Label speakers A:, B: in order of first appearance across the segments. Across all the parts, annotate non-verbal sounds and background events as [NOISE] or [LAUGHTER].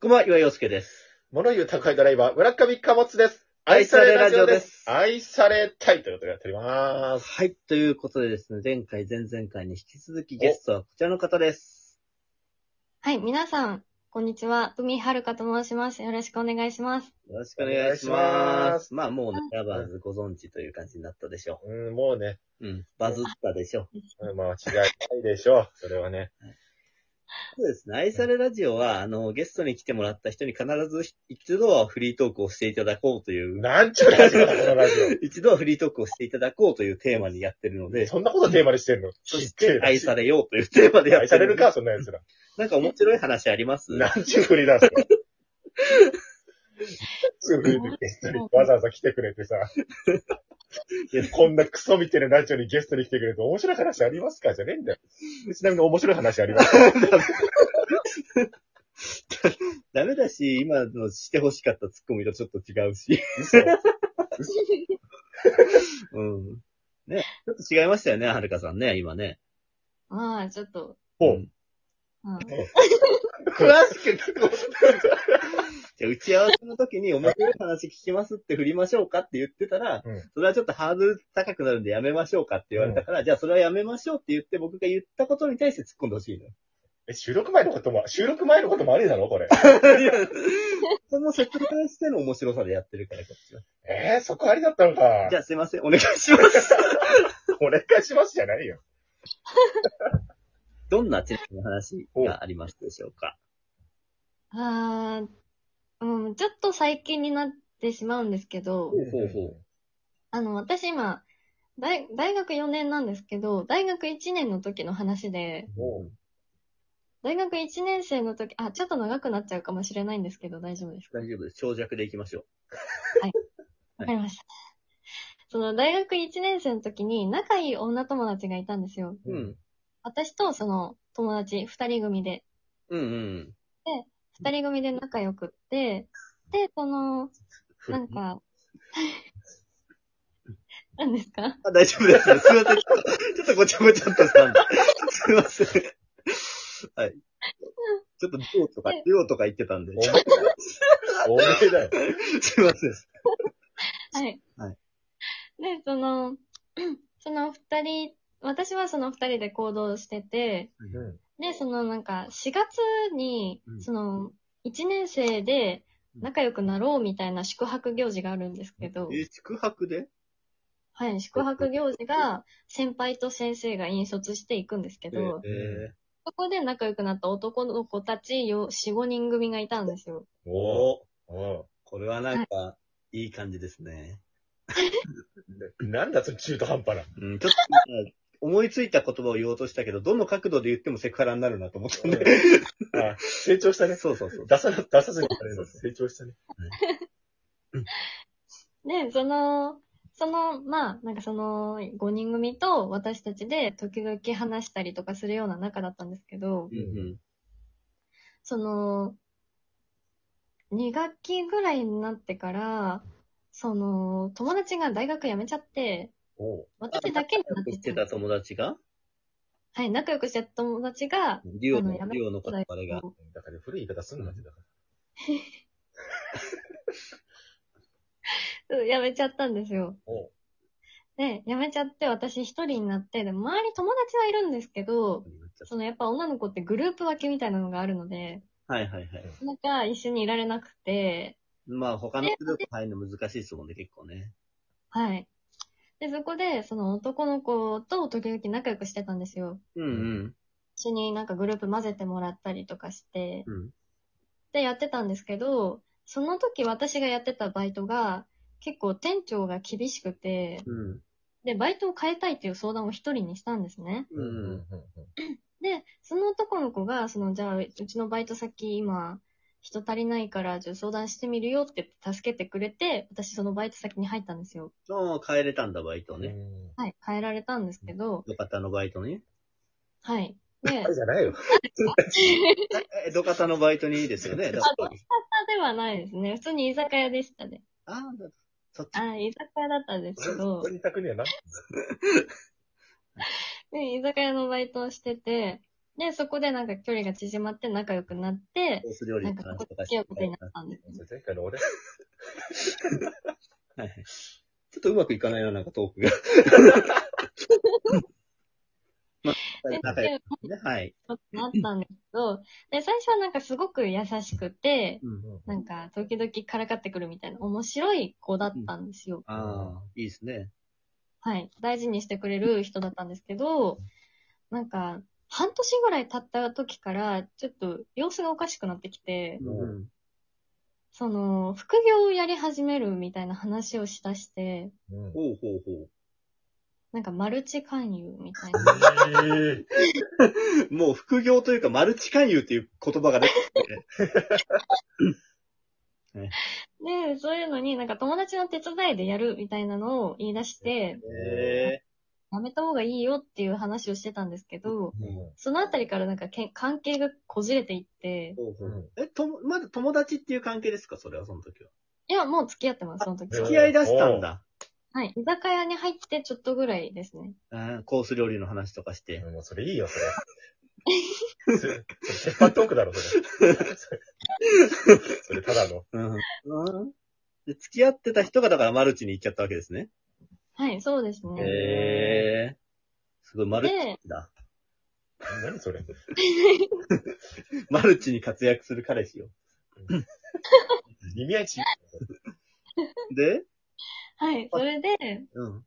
A: こんばんは、岩井洋介です。
B: 物言う宅配ドライバー、村上貨物です。
A: 愛されラジオです
B: 愛されたいということでやっております。
A: はい、ということでですね、前回、前々回に引き続きゲストはこちらの方です。
C: はい、皆さん、こんにちは。海はるかと申します。よろしくお願いします。
A: よろしくお願いします。
B: お願いし
A: ま
B: ます
A: あ、もうね、ラバーズご存知という感じになったでしょ
B: うん、もうね、
A: う。うん、バズったでしょう。
B: うんまあ間違いないでしょう。それはね。
A: そうですね、愛されラジオは、あの、ゲストに来てもらった人に必ず一度はフリートークをしていただこうという、
B: なんちゅうラジオだ、このラジ
A: [LAUGHS] 一度はフリートークをしていただこうというテーマにやってるの
B: オ。
A: で、
B: そんなことテーマにしてんの
A: そし
B: 知ってる
A: 愛されようというテーマでやってる。
B: 愛されるか、そんな奴ら。
A: なんか面白い話あります
B: なんちゅうフリーダ
A: [LAUGHS]
B: ンスだ。すぐゲストにわざわざ来てくれてさ
A: [LAUGHS] いや。
B: こんなクソみたいなラジオにゲストに来てくれて面白い話ありますかじゃねえんだよ。ちなみに面白い話ありますか
A: ダメだし、今のして欲しかったツッコミとちょっと違うし。
B: 嘘
A: うん。ね。ちょっと違いましたよね、はるかさんね、今ね。
C: まあ、ちょっと、
B: ほう
A: うん
C: うん
A: 詳しく聞こう。 [LAUGHS] じゃあ打ち合わせの時に面白い話聞きますって振りましょうかって言ってたら、
B: うん
A: それはちょっとハードル高くなるんでやめましょうかって言われたから、じゃあそれはやめましょうって言って僕が言ったことに対して突っ込んでほし [LAUGHS] いの。
B: え、収録前のことも、収録前のこともありだろこれ。
A: その説明しての面白さでやってるから、こっちは。
B: えー、そこありだったのか。
A: じゃあすいません、お願いし [LAUGHS] ます。
B: お願いしますじゃないよ。
A: どんなチェックの話がありましたでしょうか
C: あーうん、ちょっと最近になってしまうんですけど、
A: ほうほうほう。
C: あの、私今、大大学4年なんですけど、大学1年の時の話で、
B: お
A: う
C: 大学1年生の時、あ、ちょっと長くなっちゃうかもしれないんですけど、大丈夫です
A: 大丈夫です。長尺でいきましょ
C: わかりました。その、大学1年生の時に仲いい女友達がいたんですよ。
A: う。
B: うん。
C: 私とその友達2人組で。
A: うんうん。
C: 二人組で仲良くって、で、その、なんか、 [LAUGHS] 何ですか
A: あ、大丈夫です。すいません。ちょっとちょっとごちゃごちゃっとしたんで。すいません。はい。ちょっと、量とか、量とか言ってたんで。
B: お前だよ。 [LAUGHS] お前だよ。
A: すいません。
C: はい。
A: はい
C: で、その、 [CLEARS THROAT] その二人、私はその二人で行動してて、
B: うん。
C: で、そのなんか、4月に
A: う、ん
C: その、一年生で
A: うん
C: 仲良くなろうみたいな宿泊行事があるんですけど、
A: え、宿泊で
C: はい、宿泊行事が先輩と先生が引率していくんですけど、
A: えー
C: そこで仲良くなった男の子たちよ4、5人組がいたんですよ。
B: お
A: お
B: ー
A: ー
B: お
A: これはなんか、いい感じですね。
B: ーなんだその中途半端な。
A: うん、ちょっと、思いついた言葉を言おうとしたけど、どの角度で言ってもセクハラになるなと思ったんで。
B: あ成長したね。
A: [LAUGHS] そうそうそう。
B: 出さな、出さずにあれだ成長したね。
C: で、その、その、まあ、なんかその、5人組と私たちで時々話したりとかするような仲だったんですけど
A: う、ん
C: その、2学期ぐらいになってから、その、友達が大学辞めちゃって、
B: お
C: 私だけにな
A: う
C: っ
A: ん。
C: て
A: し
C: ち
A: て
C: ゃった
A: た友達が、
C: はい、仲良くしてた友達が、
A: リオの
C: あの、
A: リオの方々が、
B: だから古い言い方すんなって、だか
C: うん辞めちゃったんですよ。
B: ら。お
C: で、辞めちゃって私一人になって、でも周り友達はいるんですけど、そのやっぱ女の子ってグループ分けみたいなのがあるので、
A: はいはいはい。
C: なんか一緒にいられなくて、
A: まあ他のグループ入るの難しいですもんね、結構ね。
C: はい。で、そこで、その男の子と時々仲良くしてたんですよ。
A: うんうん。
C: 一緒になんかグループ混ぜてもらったりとかして、
A: うん。
C: で、やってたんですけど、その時私がやってたバイトが、結構店長が厳しくて、
A: うん。
C: で、バイトを変えたいっていう相談を一人にしたんですね。
B: う
A: うん
B: うん
A: ん。
C: で、その男の子が、その、じゃあ、うちのバイト先今、人足りないから、じゃあ相談してみるよって言って助けてくれて、私そのバイト先に入ったんですよ。
A: ああ、帰れたんだ、バイト
B: うん。
A: ね。
B: うん
C: はい、変えられたんですけど、
A: ドカタのバイトね。
C: はい。で、
B: あれじゃないよ。
A: え、ドカタのバイトにいいですよ [LAUGHS] ね。だから
C: ではないですね。普通に居酒屋でしたね。
A: ああ、だそっち。
C: あ、居酒屋だったんですけど
B: そ、ういう宅にはな。
C: で居酒屋のバイトをしてて、で、そこでなんか距離が縮まって仲良くなって、
A: コース料理
C: な
A: の
C: んか
A: 話
C: ことっ
A: か
C: ち
A: して
C: よことになったんですよね。
B: 前回の俺。
A: はいはい。ちょっとうまくいかないな、なんかトーク [LAUGHS] が。まあ、
C: で、
A: 仲
C: 仲
A: 良
C: 良
A: くね、はい。
C: くなったんですけど、で、最初はなんかすごく優しくて、
A: うんうん。
C: なんか時々からかってくるみたいな面白い子だったんですよ。
A: ああ、いいですね。
C: はい。大事にしてくれる人だったんですけど、なんか、半年ぐらい経った時から、ちょっと様子がおかしくなってきて、
A: うんうん。
C: その、副業をやり始めるみたいな話をしだして、
B: うん。
A: ほうほうほ
C: なんかマルチ勧誘みたいな。
B: え
A: う。もう副業というか、マルチ勧誘っていう言葉がね。
C: で、そういうのになんか友達の手伝いでやるみたいなのを言い出して、
A: へえ。
C: やめた方がいいよっていう話をしてたんですけど、
B: ー
C: そのあたりからなんかけん関係がこじれていって、
A: ほうほ
B: うん
A: うえ、とも、まだ友達っていう関係ですかそれは、その時は。
C: いや、もう付き合ってます、その時
B: うん
A: 付
C: は。
A: き合い出したんだ。
C: はい。居酒屋に入ってちょっとぐらいですね。
A: あーコース料理の話とかし
B: う
A: て。
B: ん。もうそれいいよ、それ。それ、鉄板トークだろ、それ。それ、それただの。
A: うん。うんで付き合ってた人が、だからマルチに行っちゃったわけですね。
C: はい、そうですね。
A: へえ。すごい、マルチだ。
B: 何それ。
A: [LAUGHS] マルチに活躍する彼氏よ。
B: 意味合いち。
A: で
C: はい、それで、
A: うん。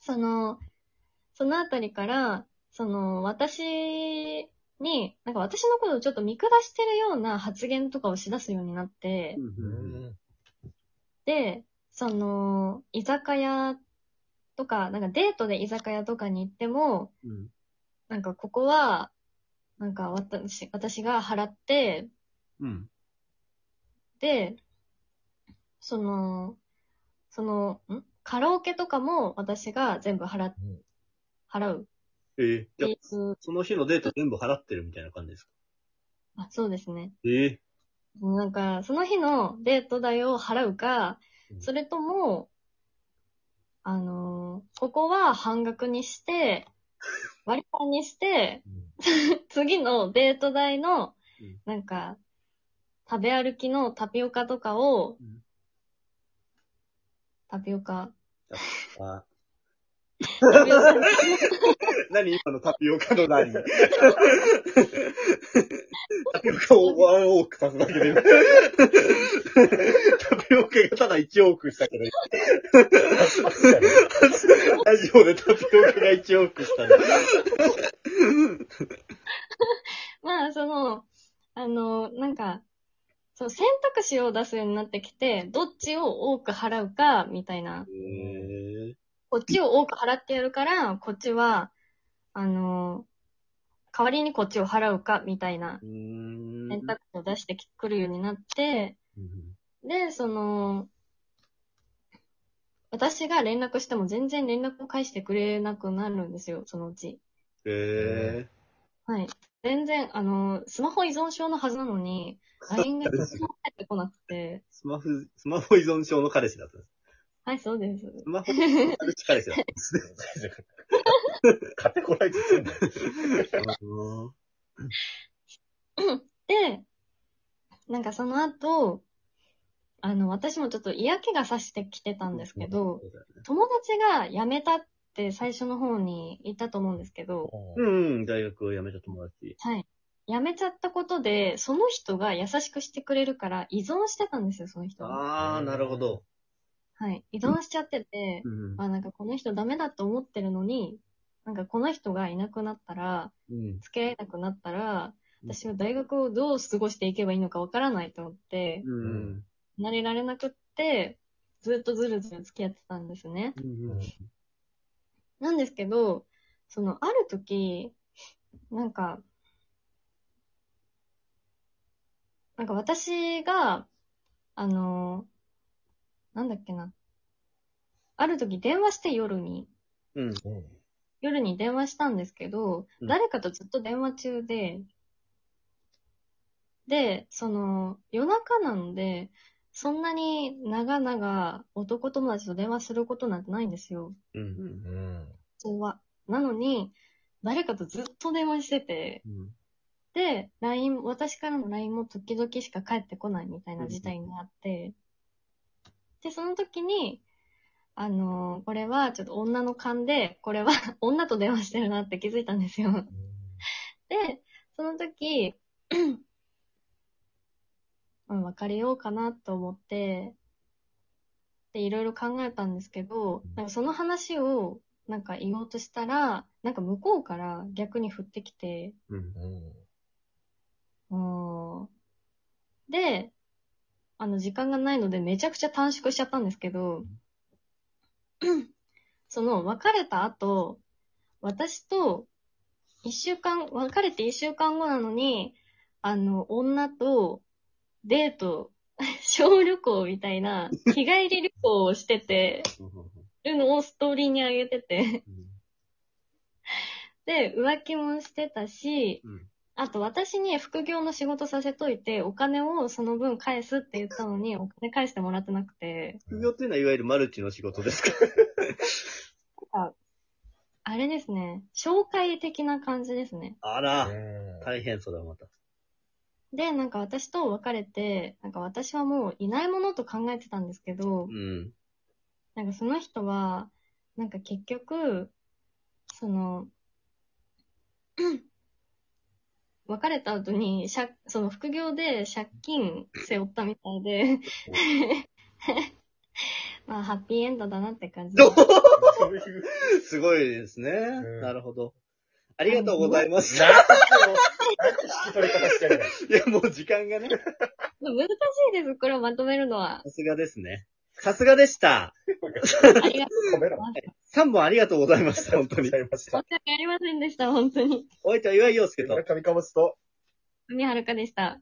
C: その、そのあたりから、その、私に、なんか私のことをちょっと見下してるような発言とかをしだすようになって、
B: う
A: うん
B: ん。
C: で、その、居酒屋とか、なんかデートで居酒屋とかに行っても、
A: うん。
C: なんかここは、なんか私、私が払って、
A: うん。
C: で、その、その、んカラオケとかも私が全部払っ、払う
A: えー、
C: って
A: じゃあ
C: いう、
A: その日のデート全部払ってるみたいな感じですか
C: あ、そうですね。
A: ええ
C: なんか、その日のデート代を払うか
A: う、ん
C: それとも、あのーここは半額
A: [LAUGHS]
C: にして、割り勘にして、 [LAUGHS] 次のデート代の
A: うん、
C: なんか、食べ歩きのタピオカとかを
A: うん、
C: タピオカ、
A: あ
C: タピオカ
A: [LAUGHS] 何今のタピオカの [LAUGHS] 何タピオカをワンオークさせたけど、 [LAUGHS] 今タピオカがただ1オークしたけど、ラジオでタピオカが1オークしたの。
C: [LAUGHS] まあ、その、あの、なんか、そう、選択肢を出すようになってきて、どっちを多く払うか、みたいな。
A: え
C: こっちを多く払ってやるから、こっちは、あの、代わりにこっちを払うか、みたいな
A: ー、うーん
C: 選択肢を出してくるようになって、で、その、私が連絡しても全然連絡を返してくれなくなるんですよ、そのうち。
A: え
C: はい。全然、あの、スマホ依存症のはずなのに、LINE が一も返ってこなくて。 [LAUGHS]
A: スマホ、スマホ依存症の彼氏だったんです。
C: はい、そうです。
A: スマホ、マルチ彼氏だったんです。
B: 買ってこないとすんの
C: で、なんかその後、あの、私もちょっと嫌気がさしてきてたんですけど、友達が辞めたって最初の方に言ったと思うんですけど、
A: う
B: う
A: ん、
B: ん
A: うん大学を辞めた友達。
C: はい。辞めちゃったことで、その人が優しくしてくれるから依存してたんですよ、その人は。
A: あー、なるほど。
C: はい。依存しちゃってて、
A: うん
C: あ、なんかこの人ダメだと思ってるのに、なんかこの人がいなくなったら、
A: うん。
C: 付き合えなくなったら、
A: うん
C: 私は大学をどう過ごしていけばいいのかわからないと思って、
A: うん。
C: 慣れられなくって、ずっとずるずる付き合ってたんですね。
A: うん
C: なんですけど、その、ある時、なんか、なんか私が、あの、なんだっけな。ある時電話して夜に。
A: うん。
B: うん
C: 夜に電話したんですけど、
A: うん
C: 誰かとずっと電話中で、で、その、夜中なので、そんなに長々男友達と電話することなんてないんですよ、
A: うん。
B: うん。
C: 普通は。なのに、誰かとずっと電話してて、
A: うん。
C: で、LINE、私からの LINE も時々しか返ってこないみたいな事態になって、で、その時に、あのこれはちょっと女の勘で、これは [LAUGHS] 女と電話してるなって気づいたんですよ。で、その時、 [CLEARS THROAT] うん、別れようかなと思って、で、いろいろ考えたんですけど、なんかその話を、なんか言おうとしたら、なんか向こうから逆に振ってきて、
A: うん。
B: うん。
C: うんで、あの、時間がないのでめちゃくちゃ短縮しちゃったんですけど、 [CLEARS THROAT] その、別れた後、私と、一週間、別れて一週間後なのに、あの、女と、デート、 [LAUGHS] 小旅行みたいな、日帰り旅行をしてて、るのをストーリーに上げてて、で、浮気もしてたし、
A: うん。
C: あと私に副業の仕事させといて、お金をその分返すって言ったのに、お金返してもらってなくて、
A: 副業っていうのはいわゆるマルチの仕事ですか
C: あれですね、紹介的な感じですね。
A: あ
B: あ
A: ら、大変そうだ、また。
C: で、なんか私と別れて、なんか私はもういないものと考えてたんですけど
A: う、ん。
C: なんかその人は、なんか結局、その、 [CLEARS THROAT] 別れた後に、借その副業で借金背負ったみたいで、 [LAUGHS] まあハッピーエンドだなって感じで
A: どう
B: そうい
A: [LAUGHS]
B: う。
A: すごいですね。
B: ん
A: なるほど。ありがとうございます。
B: なあ、何引き取り方してる
A: [LAUGHS]
B: の
A: いや、もう時間がね、
C: 難しいです、これをまとめるのは。
A: さすがですね。さすがでした。
C: ありがと
B: 褒めろ
C: うご。ざいます。
A: 3本ありがとうございました、本当に
B: あ。りがとうございました
C: 申し。訳ありませんでした、本当に。
A: お相手は岩井陽介と。
B: 村上かぼすと、
C: 海はるかでした。